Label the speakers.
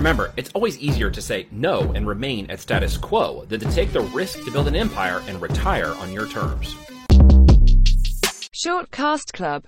Speaker 1: Remember, it's always easier to say no and remain at status quo than to take the risk to build an empire and retire on your terms.
Speaker 2: Short Cast Club